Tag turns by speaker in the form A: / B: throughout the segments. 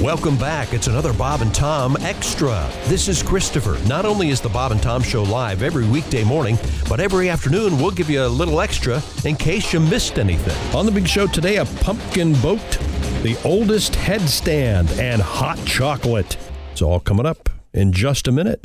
A: Welcome back. It's another Bob and Tom Extra. This is Christopher. Not only is the Bob and Tom Show live every weekday morning, but every afternoon we'll give you a little extra in case you missed anything.
B: On the big show today, a pumpkin boat, the oldest headstand, and hot chocolate. It's all coming up in just a minute.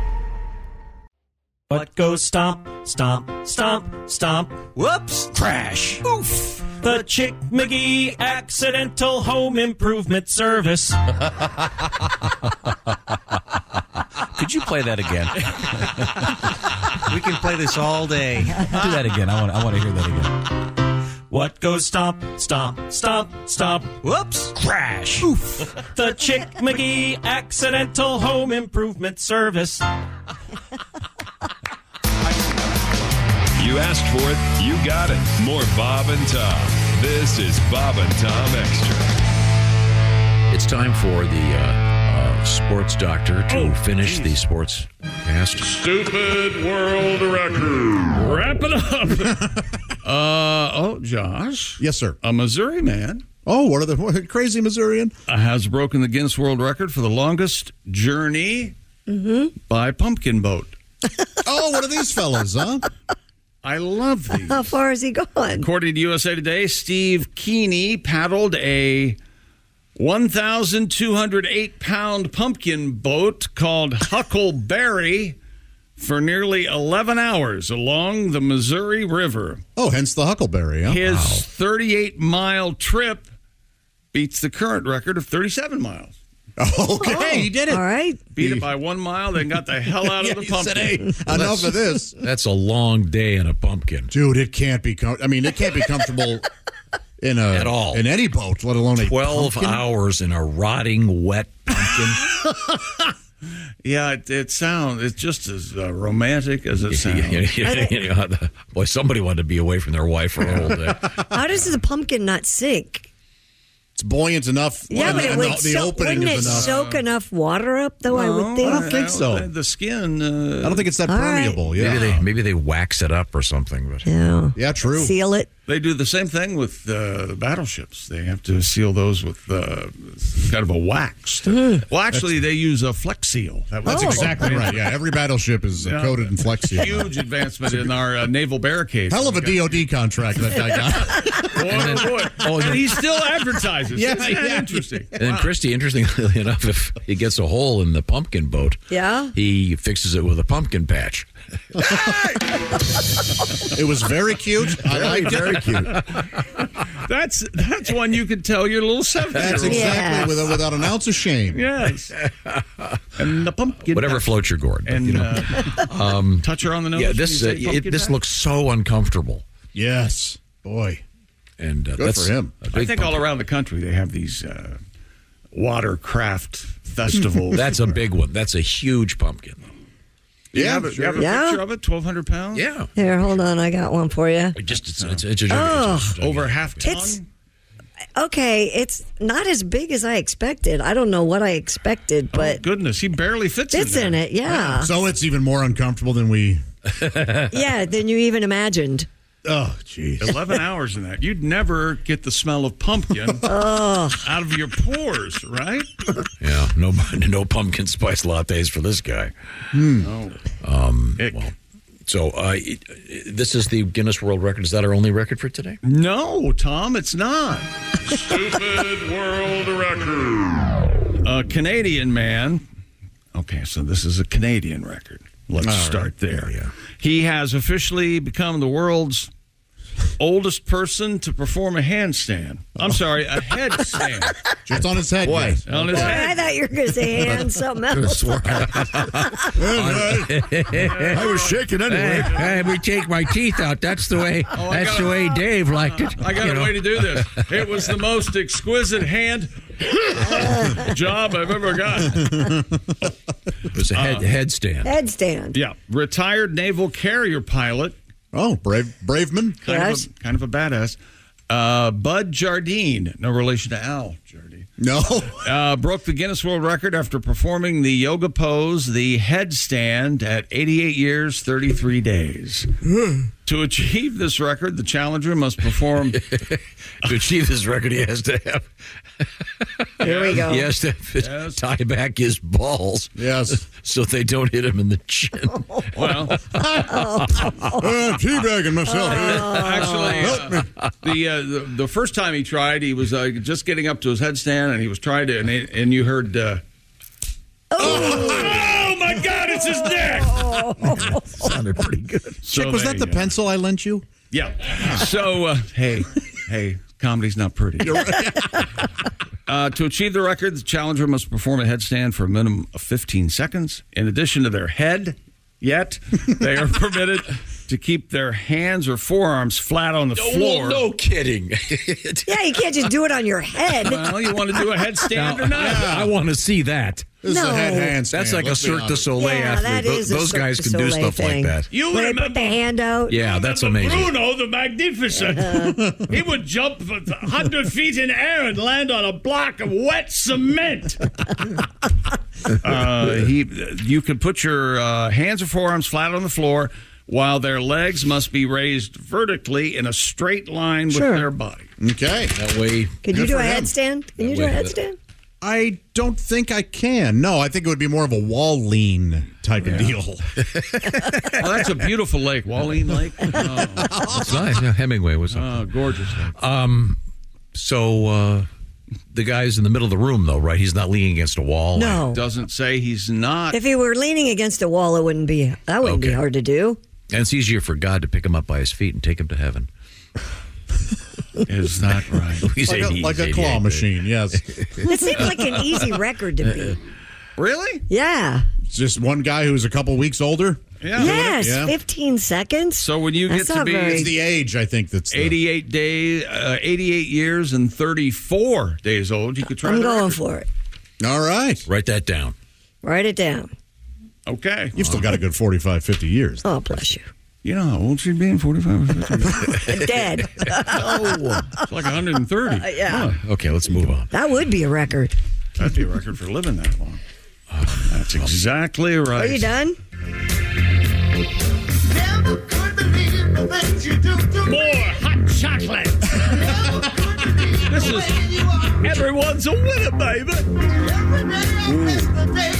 C: What goes stomp, stomp, stomp, stomp? Whoops! Crash! Oof! The Chick McGee Accidental Home Improvement Service.
D: Could you play that again?
E: We can play this all day.
D: Do that again. I want. I want to hear that again.
C: What goes stomp, stomp, stomp, stomp? Whoops! Crash! Oof! The Chick McGee Accidental Home Improvement Service.
F: You asked for it, you got it. More Bob and Tom. This is Bob and Tom Extra.
G: It's time for the uh, uh, sports doctor to
H: Oh,
G: finish
H: geez.
G: the sports cast.
H: Stupid world record. Wrap it up. uh, oh, Josh.
I: Yes, sir.
H: A Missouri man Uh,
I: Oh, what are the what, crazy Missourian?
H: has broken the Guinness World Record for the longest journey by pumpkin boat.
I: Oh, what are these fellas, huh?
H: I love these.
J: How far is he gone?
H: According to USA Today, Steve Keeney paddled a 1,208 pound pumpkin boat called Huckleberry for nearly 11 hours along the Missouri River.
I: Oh, hence the Huckleberry. Huh?
H: His 38 mile trip beats the current record of 37 miles.
I: Okay, he did it.
J: All right.
H: Beat it by one mile, then got the hell out
I: Yeah,
H: of the
I: he said,
H: pumpkin.
I: "Hey, enough of this,
G: That's a long day in a pumpkin.
I: dude. It can't be. Com- I mean, it can't be comfortable in a
G: At all.
I: in any boat, let alone a
G: Twelve
I: pumpkin.
G: hours in a rotting wet pumpkin.
H: Yeah, it, it sounds, it's just as uh, romantic as it sounds.
G: You- you- you know, the- boy, somebody wanted to be away from their wife for a whole day.
J: How does the pumpkin not sink?
I: It's buoyant enough.
J: yeah,
I: and
J: but
I: the,
J: it
I: and
J: would
I: the, the
J: soak,
I: opening
J: wouldn't it
I: is enough. Oh.
J: soak enough water up, though? I would think.
I: I don't think so.
H: The, the skin.
I: I
H: Uh,
I: don't think it's that
J: All right.
I: permeable. Yeah,
G: Maybe they maybe they wax it up or something. But
J: yeah.
I: yeah, true.
J: Seal it.
H: They do the same thing with uh, the battleships. They have to seal those with uh, kind of a wax. to- well, actually, they use a flex seal. That was
I: That's exactly right. Yeah, every battleship is uh,
H: Oh. Yeah.
I: coated in flex seal.
H: a huge advancement in our uh, naval barricades.
I: Hell of a DoD contract that guy got.
H: Boy, oh, boy. and he still advertises.
I: Yeah,
H: Isn't that
I: yeah.
H: interesting.
G: and then Christy, interestingly enough, if he gets a hole in the pumpkin boat,
J: Yeah.
G: he fixes it with a pumpkin patch.
I: it was very cute. I liked it. Very cute.
H: That's that's one you could tell your little seven.
I: That's exactly
J: Yes.
I: without, without an ounce of shame.
H: Yes. And the pumpkin.
G: Whatever floats your gourd. but,
H: And
G: you know.
H: uh, touch her on the nose.
G: yeah,
H: when
G: this
H: you
G: uh,
H: say
G: it,
H: pumpkin
G: this
H: patch?
G: looks so uncomfortable.
I: Yes, boy.
G: And uh,
I: Good
G: that's
I: for him.
G: a big
H: I think all
G: pumpkin.
H: around the country they have these uh, watercraft festivals.
G: That's a big one. That's a huge pumpkin.
H: You have a, you have a
J: Yeah.
H: picture of it? 1,200 pounds?
G: Yeah.
J: Here, hold on. I got one for you.
G: Just it's it's, it's, it's,
J: Oh.
G: it's- it's-
H: Over half ton?
J: It's okay. It's not as big as I expected. I don't know what I expected, but
H: Goodness, he barely fits
J: Fits in
H: Oh, in, there.
J: it, yeah.
I: So it's even more uncomfortable than we.
J: yeah, than you even imagined.
I: Oh, jeez.
H: 11 hours in that. You'd never get the smell of pumpkin out of your pores, right?
G: yeah, no no pumpkin spice lattes for this guy.
H: Oh.
G: Um, well, so uh, it- it- this is the Guinness World Record. Is that our only record for today?
H: No, Tom, it's not.
F: Stupid world record.
H: A Canadian man. Okay, so this is a Canadian record. Let's
I: All right.
H: start there.
I: Yeah.
H: He has officially become the world's oldest person to perform a handstand. I'm sorry, a headstand.
I: Just on his head.
H: Boy,
I: yes.
H: on his
J: Boy,
H: head.
J: I thought you were going to say hand something else.
G: I
I: was shaking anyway.
G: Hey, we take my teeth out. That's the way. that's the way Dave liked it.
H: I got
G: you
H: a
G: know.
H: way to do this. It was the most exquisite hand job I've ever gotten.
G: It was a head, headstand.
J: Headstand.
H: Yeah, retired naval carrier pilot.
I: Oh, brave, brave man.
H: Kind,
J: Yes.
H: of, a, kind of a badass. Uh, Bud Jardine, no relation to Al Jardine,
I: No.
H: uh, broke the Guinness World Record after performing the yoga pose, the headstand, at 88 years, 33 days. to achieve this record, the challenger must perform.
G: To achieve this record, he has to have.
J: Here we go.
G: He has to have- tie back his balls
I: Yes.
G: so they don't hit him in the chin.
J: Oh.
H: well,
I: I'm Uh, teabagging myself. here.
H: Actually,
I: Help
H: uh, the, uh, the the first time he tried, he was uh, just getting up to his headstand, and he was trying to, and, it- and you heard. Uh, oh my God! It's his neck.
G: Sounded pretty good.
H: So
I: Chick, was
H: there
I: that
H: you
I: the
H: go.
I: pencil I lent you?
H: Yeah. So uh, hey, hey, comedy's not pretty. Uh, to achieve the record, the challenger must perform a headstand for a minimum of 15 seconds. In addition to their head, yet they are permitted to keep their hands or forearms flat on the floor.
G: no kidding.
J: Yeah, you can't just do it on your head.
H: Well, Oh, you want to do a headstand or not?
G: I want to see that.
I: This is
J: No.
I: a head handstand.
G: That's like a
I: let's be
G: Cirque du
I: honest.
G: Soleil
J: Yeah,
G: athlete.
J: that
G: Tho-
J: is a
G: Those
J: Cirque
G: guys
J: du
G: can do
J: Soleil
G: stuff
J: thing.
G: like that.
H: You
J: Where they
H: remember
J: put the hand out.
G: Yeah, that's amazing.
H: Bruno the Magnificent.
J: Uh-huh.
H: he would jump 100 feet in air and land on a block of wet cement. uh, he, you can put your uh, hands or forearms flat on the floor while their legs must be raised vertically in a straight line
J: Sure.
H: with their body.
I: Okay.
G: That way,
J: Could you
I: Good
J: do a
I: for him.
J: headstand? Can you do a
G: Wait, that-
J: headstand?
I: I don't think I can. No, I think it would be more of a wall lean type of deal.
H: Oh, that's a beautiful lake, Walleen Lake. Oh,
G: that's nice. Yeah, Hemingway was.
H: oh, gorgeous lake.
G: So uh, the guy's in the middle of the room, though, right? He's not leaning against a
I: Oh,
G: wall.
J: No.
H: Doesn't say he's not.
J: If he were leaning against a wall, it wouldn't be that wouldn't be
G: Okay.
J: hard to do.
G: And it's easier for God to pick him up by his feet and take him to heaven.
H: Is not right.
G: He's
I: like a,
G: 80, he's
I: like a
G: 88,
I: claw
G: but-
I: machine, yes.
J: It seems like an easy record to beat.
H: Really?
J: Yeah.
I: It's just one guy who's a couple weeks older.
J: Yes,
I: Yeah.
J: 15 seconds.
H: So when you
J: That's
H: get to
J: not
H: be
J: very-
I: It's the age, I think, that's the-
H: 88 day, uh, 88 years and 34 days old. You could try.
J: I'm
H: the
J: going
H: record.
J: for it.
I: All right.
G: Write that down.
J: Write it down.
H: Okay.
I: You've still got a good 45, 50 years.
J: Oh, bless you.
H: You know how old she'd be in 45 or 50?
J: Dead.
H: oh, it's like 130.
J: Uh, Yeah.
H: Huh.
G: Okay, let's move on.
J: That would be a record.
H: That'd be a record for living that long. Uh, That's exactly right.
J: Are you done?
I: Oh,
H: More hot chocolate. this is everyone's a winner, baby.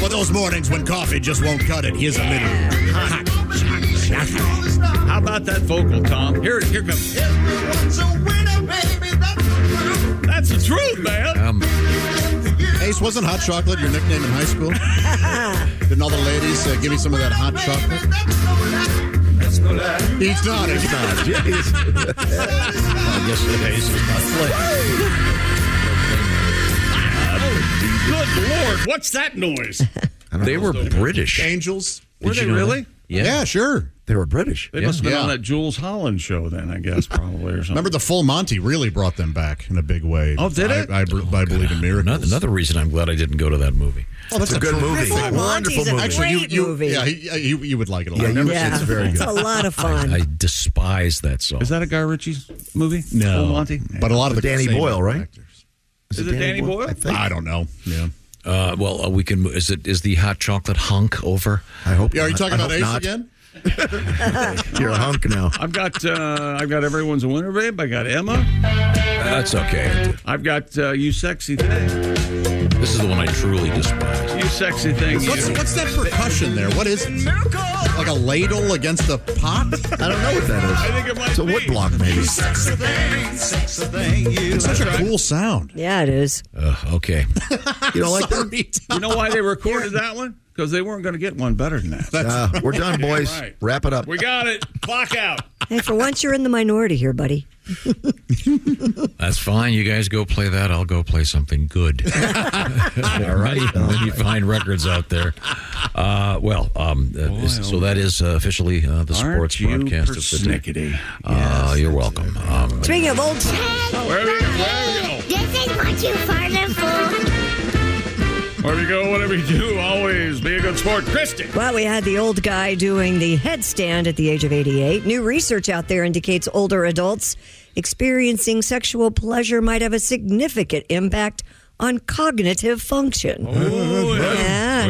I: For those mornings when coffee just won't cut it, here's a little.
H: How about that vocal, Tom? Here, here comes. That's the truth, man.
G: Um,
I: Ace, wasn't hot chocolate your nickname in high school? Didn't all the ladies uh, give you some of that hot chocolate? It's not, it's not.
G: yesterday's is not playing.
H: Good lord, what's that noise?
G: They were British.
I: Angels?
G: Were
H: they really?
G: Yeah.
I: Yeah, sure.
K: They were British.
H: They must have been on that Jules Holland show then, I guess, probably or something.
I: Remember the full Monty really brought them back in a big way.
H: Oh, did
I: I,
H: it?
I: I, br- I believe in miracles.
G: Another, another reason I'm glad I didn't go to that movie.
I: Oh, that's
G: It's a good
I: terrific
G: movie.
I: thing.
G: Full Monty's Wonderful a movie.
I: Actually, you,
G: great
I: you,
G: movie.
I: Yeah, he- yeah, you, you would like it a lot.
G: Yeah,
I: I
G: you
I: remember
G: would.
I: it's- it's very good.
G: I, I despise that song. Is
H: that a Guy Ritchie's movie? No. Full Monty?
I: But a lot of the
G: Danny
I: same
G: Boyle, right?
I: actors.
H: Is it Danny Boyle?
I: I, think. I don't know. Yeah.
G: Uh, well, uh, we can. Is it is the hot chocolate hunk over? I hope.
I: Yeah, are you talking about Ace again?
G: You're a hunk now.
H: I've got uh, I've got everyone's a winner, babe. I got Emma.
G: Uh, That's okay.
H: I've got uh, you sexy thing.
G: This is the one I truly despise.
H: You sexy thing.
I: What's,
H: you.
I: what's that percussion there? What is it? Like a ladle against a pot? I don't know what that is.
H: I think it might
I: it's a wood block, maybe.
H: Sexy thing, sexy thing. You.
I: It's such a cool sound.
J: Yeah, it is.
G: okay.
K: You don't like that?
H: You know why they recorded that one? Because they weren't going to get one better than that.
K: Uh, we're done, boys.
H: Right.
K: Wrap it up.
H: We got it. Clock out.
J: Hey, for once you're in the minority here, buddy.
G: That's fine. You guys go play that. I'll go play something good. All right. When you find records out there. Uh, well, um, uh, is- so that is uh, officially uh, the
H: Aren't
G: sports
H: you
G: broadcast of the day.
H: persnickety?
G: Uh, you're welcome. Um,
J: Speaking of old.
H: Where we, where we go?
L: This is what you farted for.
H: Where we go? Whatever you do, always be a good sport, Christy.
J: Well, we had the old guy doing the headstand at the age of 88. New research out there indicates older adults experiencing sexual pleasure might have a significant impact on cognitive function. yeah, in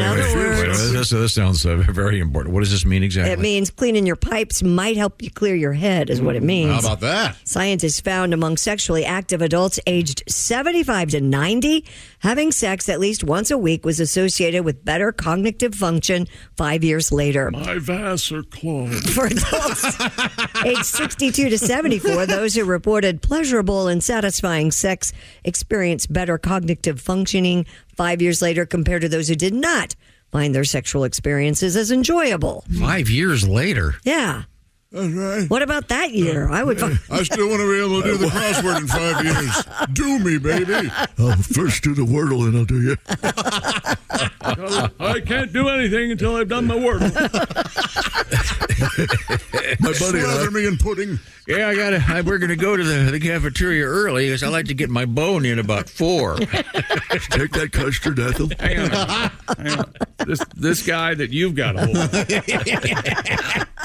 J: other
G: Oh, wait,
J: words,
G: this, this sounds uh, very important. What does this mean exactly?
J: it means cleaning your pipes might help you clear your head, is what it means.
I: How about that?
J: Scientists found among sexually active adults aged 75 to 90, having sex at least once a week was associated with better cognitive function five years later.
H: My vass are closed.
J: For adults aged 62 to 74, those who reported pleasurable and satisfying sex experienced better cognitive functioning five years later compared to those who did not find their sexual experiences as enjoyable.
G: Five years later.
J: Yeah. What about that year? I would.
I: I still want to be able to do the crossword in five years. Do me, baby.
K: I'll first do the wordle, and I'll do you.
H: I can't do anything until I've done my work.
K: My buddy and I,
I: Slather me in pudding.
G: Yeah, I got. I, we're going to go to the, the cafeteria early because I like to get my bone in about four.
K: take that custard, Ethel.
H: Hang on. Hang on. This this guy that you've got a hold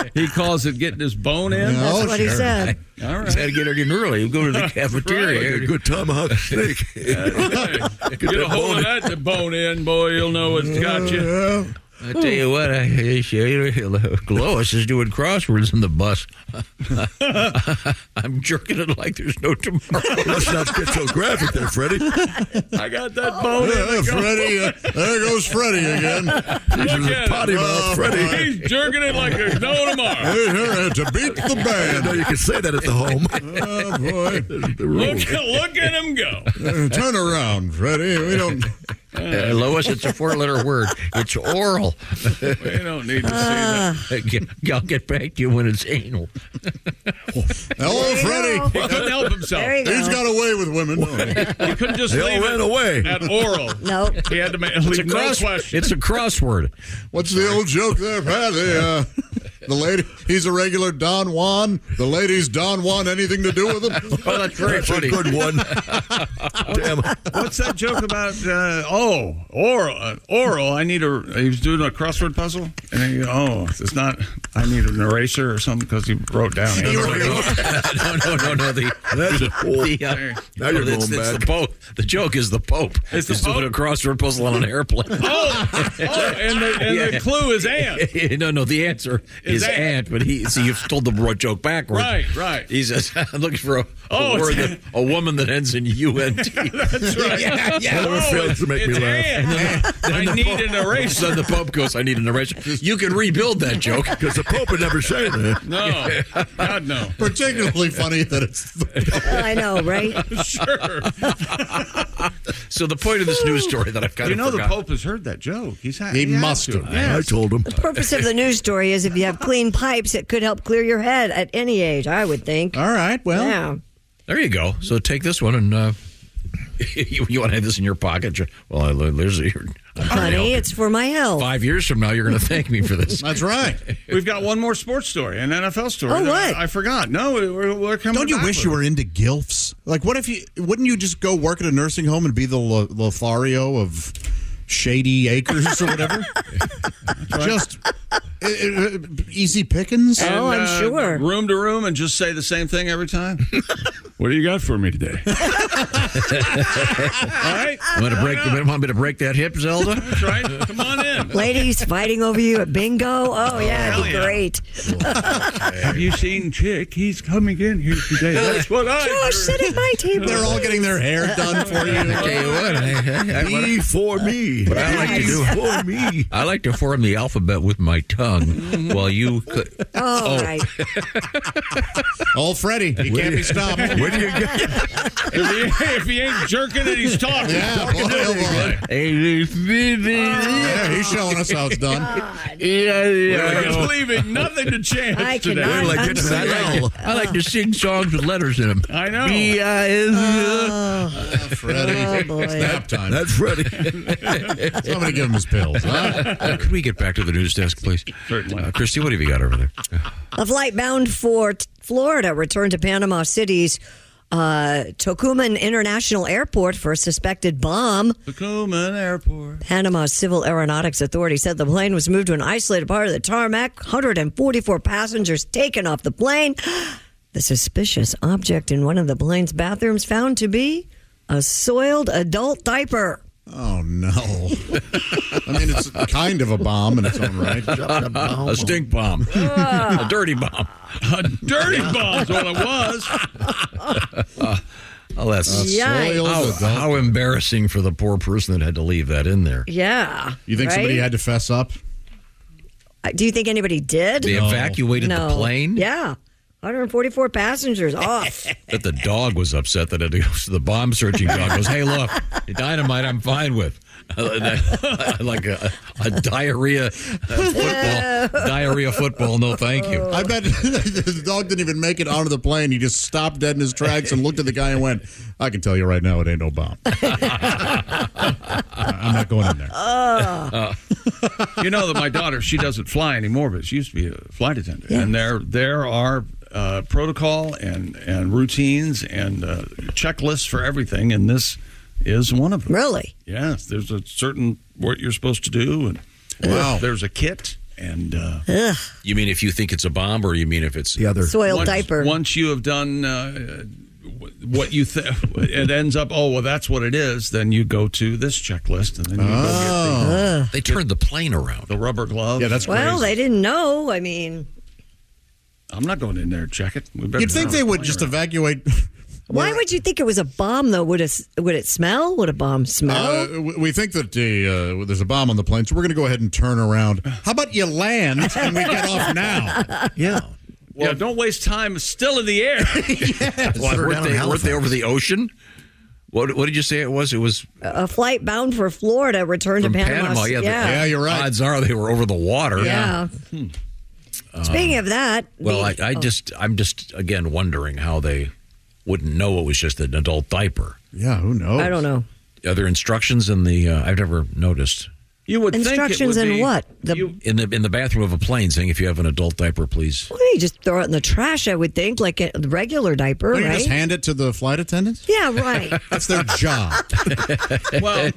H: of. he calls it getting his bone in.
J: That's what he said.
H: All
G: Just had
H: right.
G: to get it in early. We'll go to the cafeteria.
K: Good tomahawk steak.
H: Get a hold of that the bone in, boy. You'll know it's got you.
G: I tell you what, I, Lois is doing crosswords in the bus. I'm jerking it like there's no tomorrow.
K: Let's not get so graphic there, Freddie.
H: I got that bone
I: Yeah,
H: in.
I: Freddie. uh, there goes Freddie again.
H: Look at
K: Potty
H: him.
K: mouth, Freddie.
H: He's jerking it like there's no tomorrow.
I: Hey, here, I had to beat the
K: I know
I: band.
K: you can say that at the home.
I: Oh, boy.
K: The
H: Look,
K: rules.
H: look at him go.
I: Uh, Turn around, Freddie. We don't.
G: Uh, Lois, it's a four-letter word. It's oral.
H: We don't need to see that.
G: I'll get back to you when it's anal.
I: Hello,
H: He
I: Freddie.
H: couldn't help
J: There
H: himself.
J: you
I: He's
J: go.
I: got away with women.
H: He couldn't just
K: They
H: leave
K: all ran
H: it
K: away.
H: at oral.
J: No.
H: He had to make, leave no question.
G: It's a crossword.
I: What's the old joke there, Patty? Uh, the lady, he's a regular Don Juan. The ladies don't want anything to do with him.
G: Oh, that's very
K: That's a
G: funny.
K: good one. Damn.
H: What's that joke about? Uh, oh, oral, uh, oral. I need a. He was doing a crossword puzzle, and then you go, oh, it's not. I need an eraser or something because he wrote down.
G: no, no, no, no. The,
K: That's
G: the, uh,
K: Now you're
G: it's,
K: going
G: it's
K: back.
G: the Pope. The joke is the Pope.
H: It's the
G: He's doing
H: Pope?
G: a crossword puzzle on an airplane.
H: oh, oh, and the, and the
G: Yeah.
H: clue is ant.
G: no, no. The answer
H: Is
G: is,
H: that-
G: ant. but he. So you've told the broad joke backwards.
H: Right, right.
G: He says, "I'm looking for a, a
H: Oh, it's
G: word that, a woman that ends in unt."
H: That's right.
G: Yeah, yeah.
H: Oh,
K: Never fails to make
H: it's
K: me laugh.
H: ant. I need an eraser.
G: then the Pope goes, "I need an erection." You can rebuild that joke.
K: Because the Pope would never say that.
H: No, God no.
I: Particularly funny that it's the,
J: I know, right?
H: Sure.
G: So the point of this news story that I've kind
H: You
G: of
H: know the
G: forgotten-
H: Pope has heard that joke. He's had,
I: he
H: had
I: must
H: to.
I: have.
K: I told him.
J: Purpose of the news story is if you have clean pipes, it could help clear your head at any age. I would think.
H: All right. Well,
J: Yeah.
G: There you go. So take this one and uh, you, you want to have this in your pocket? Sure. Well, I, there's your. I'm trying to help
J: Honey,
G: you.
J: it's for my health.
G: Five years from now, you're going to thank me for this.
H: That's right. We've got one more sports story, an NFL story.
J: Oh,
H: that
J: what?
H: I, I forgot. No, we're, we're coming.
I: Don't you
H: back
I: wish
H: with
I: you
H: it.
I: were into gilfs? Like, what if you? Wouldn't you just go work at a nursing home and be the Lo- Lothario of Shady Acres or whatever? Just uh, uh, easy pickings.
H: And,
J: Oh,
H: uh, Room to room and just say the same thing every time. what do you got for me today? All right.
G: Want to break? You want me to break that hip, Zelda?
H: That's right. Come on in.
J: Ladies fighting over you at bingo. Oh, yeah, it'd be
H: Hell yeah.
J: great.
H: Have you seen Chick? He's coming in here today. That's what I.
J: Josh, sit at my table.
I: They're all getting their hair done for you.
G: I tell you what, I, I, I, what I-
K: E for me.
G: what I like to do.
K: for me.
G: I like to form the alphabet with my tongue, while you. Could,
J: All
G: Oh.
J: right.
I: Old Freddy, he can't be stopped.
K: Where do you go?
H: If he, if he ain't jerking it, he's talking.
I: Yeah, boy, oh boy. Yeah, he's showing us how it's done.
H: He's leaving nothing to chance
J: I
H: today.
J: cannot
G: I like, to, I,
H: Oh,
J: unsee
G: like
J: that.
G: to, I like to sing songs with letters in them.
H: I know.
J: Oh,
I: Freddy,
J: boy.
I: nap time.
K: That's Freddie.
I: Somebody give him his pills. Huh?
G: Uh, could we get back to the news desk, please?
H: Certainly.
G: Uh, Christy, what have you got over there?
J: A flight bound for t- Florida returned to Panama City's uh, Tocumen International Airport for a suspected bomb.
H: Tacoma Airport.
J: Panama Civil Aeronautics Authority said the plane was moved to an isolated part of the tarmac. 144 passengers taken off the plane. The suspicious object in one of the plane's bathrooms found to be a soiled adult diaper.
I: Oh no! I mean, it's kind of a bomb in its own right.
G: a stink bomb, a dirty bomb.
H: A dirty bomb's all it Uh, was.
G: Oh, that's
J: Yikes.
G: how, how embarrassing for the poor person that had to leave that in there.
J: Yeah.
I: You think somebody
J: right?
I: had to fess up?
J: Uh, Do you think anybody did?
G: They evacuated
J: no.
G: the plane.
J: Yeah. 144 passengers off.
G: That the dog was upset that it goes to the bomb searching dog goes, hey, look, dynamite, I'm fine with. like a, a diarrhea uh, football, diarrhea football. No, thank you.
I: I bet the dog didn't even make it onto the plane. He just stopped dead in his tracks and looked at the guy and went, "I can tell you right now, it ain't no bomb. I'm not going in there."
H: Uh. you know that my daughter she doesn't fly anymore, but she used to be a flight attendant,
J: Yeah.
H: and there there are uh, protocol and and routines and uh, checklists for everything, and this is one of them.
J: really?
H: Yes, there's a certain what you're supposed to do, and there's a kit, and uh,
G: You mean if you think it's a bomb, or you mean if it's
K: The other.
J: Soiled
H: once,
J: diaper.
H: once you have done. Uh, wh- what you think it ends up? Oh well, that's what it is. Then you go to this checklist, and then you go get
G: they turned the plane around?
H: the, the rubber glove.
I: Oh. Yeah, that's
J: well,
I: crazy.
J: they didn't know. I mean,
H: I'm not going in there. to Check it. We better
I: You'd think
H: turn
I: they
H: the
I: would
H: plane
I: just
H: around.
I: evacuate.
J: why would you think it was a bomb though? Would it would it smell? Would a bomb smell?
I: Uh, we- we think that the, uh, there's a bomb on the plane, so we're going to go ahead and turn around. How about you land and we get off now?
K: Yeah.
H: Well, don't waste time. Still in the air.
K: They're
G: What, weren't,
K: down in
G: they, weren't they
K: Halifax.
G: over the ocean? What, what did you say it was? It was
J: a flight bound for Florida returned
G: from
J: to Panama.
G: Panama. Yeah, the-
J: yeah.
I: Yeah, you're right.
G: Odds are they were over the water.
J: Yeah.
I: Hmm. Uh,
J: Speaking of that,
G: Well, I,
J: the-
G: I just, I'm just again wondering how they wouldn't know it was just an adult diaper.
I: Yeah, who knows?
J: I don't know.
G: Are there instructions in the? Uh, I've never noticed
H: You would think it would
J: Instructions in
H: be-
J: what? The-
H: you-
G: in the in the bathroom of a plane saying if you have an adult diaper, please.
J: Well, you just throw it in the trash, I would think, like a regular diaper,
I: Don't you
J: right?
I: just hand it to the flight attendants?
J: yeah, right.
I: That's their job.
H: well,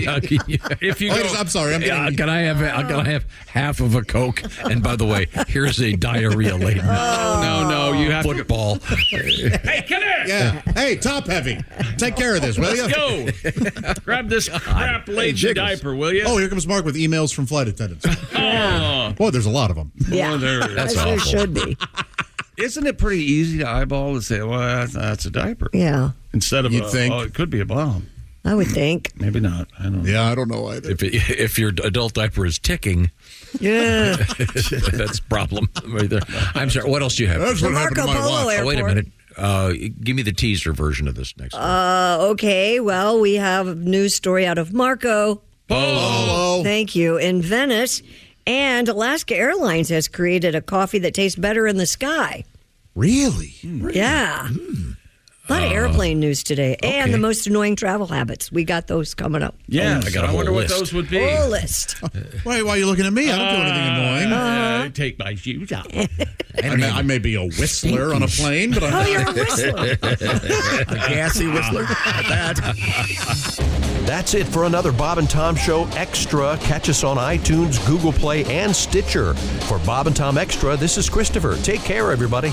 G: Hey, uh, can you-
H: if you
I: Oh,
H: go,
I: yes, I'm sorry. I'm
G: Hey, uh,
I: getting.
G: can I have uh, can I have half of a coke? And by the way, here's a diarrhea laden
H: no, no, you have to.
G: football.
H: Hey, come here.
I: Yeah. Hey, top heavy. Take care of this, will you?
H: Let's go. Grab this crap laden
G: Jiggles.
H: diaper, will you?
I: Oh, here comes Mark with emails from flight attendants.
H: Oh.
I: Boy, there's a lot of them.
J: yeah,
H: Well, Oh, there it
J: As
H: is.
J: there should be.
H: Isn't it pretty easy to eyeball and say, well, that's, that's a diaper?
J: Yeah,
H: Instead of,
I: You'd
H: a,
I: think.
H: oh, it could be a bomb.
J: I would think.
H: Maybe not. I
G: Oh,
H: don't know.
I: Yeah, I don't know either.
G: If it, if your adult diaper is ticking,
J: Yeah.
G: that's a problem right there. I'm sorry. What else do you have?
I: That's what happened to
J: Marco
I: my
J: Polo
I: wife.
G: Oh, wait a
J: Airport.
G: minute. Uh, give me the teaser version of this next. one.
J: Okay, well, we have a news story out of Marco.
I: Polo.
J: Thank you. In Venice, and Alaska Airlines has created a coffee that tastes better in the sky.
I: Really?
J: Yeah. A lot of
M: Uh,
J: airplane news today,
M: okay.
J: and the most annoying travel habits. We got those coming up.
M: Yeah,
N: I got a
M: I wonder
N: whole
M: what
N: list.
M: those would be.
J: Whole list.
H: Why, why are you looking at me? I don't do anything annoying.
M: Uh, take my shoes off.
H: I may, I may be a whistler on a plane, but I'm
J: Oh, you're a whistler.
O: gassy whistler.
G: That's it for another Bob and Tom Show Extra. Catch us on iTunes, Google Play, and Stitcher. For Bob and Tom Extra, this is Christopher. Take care, everybody.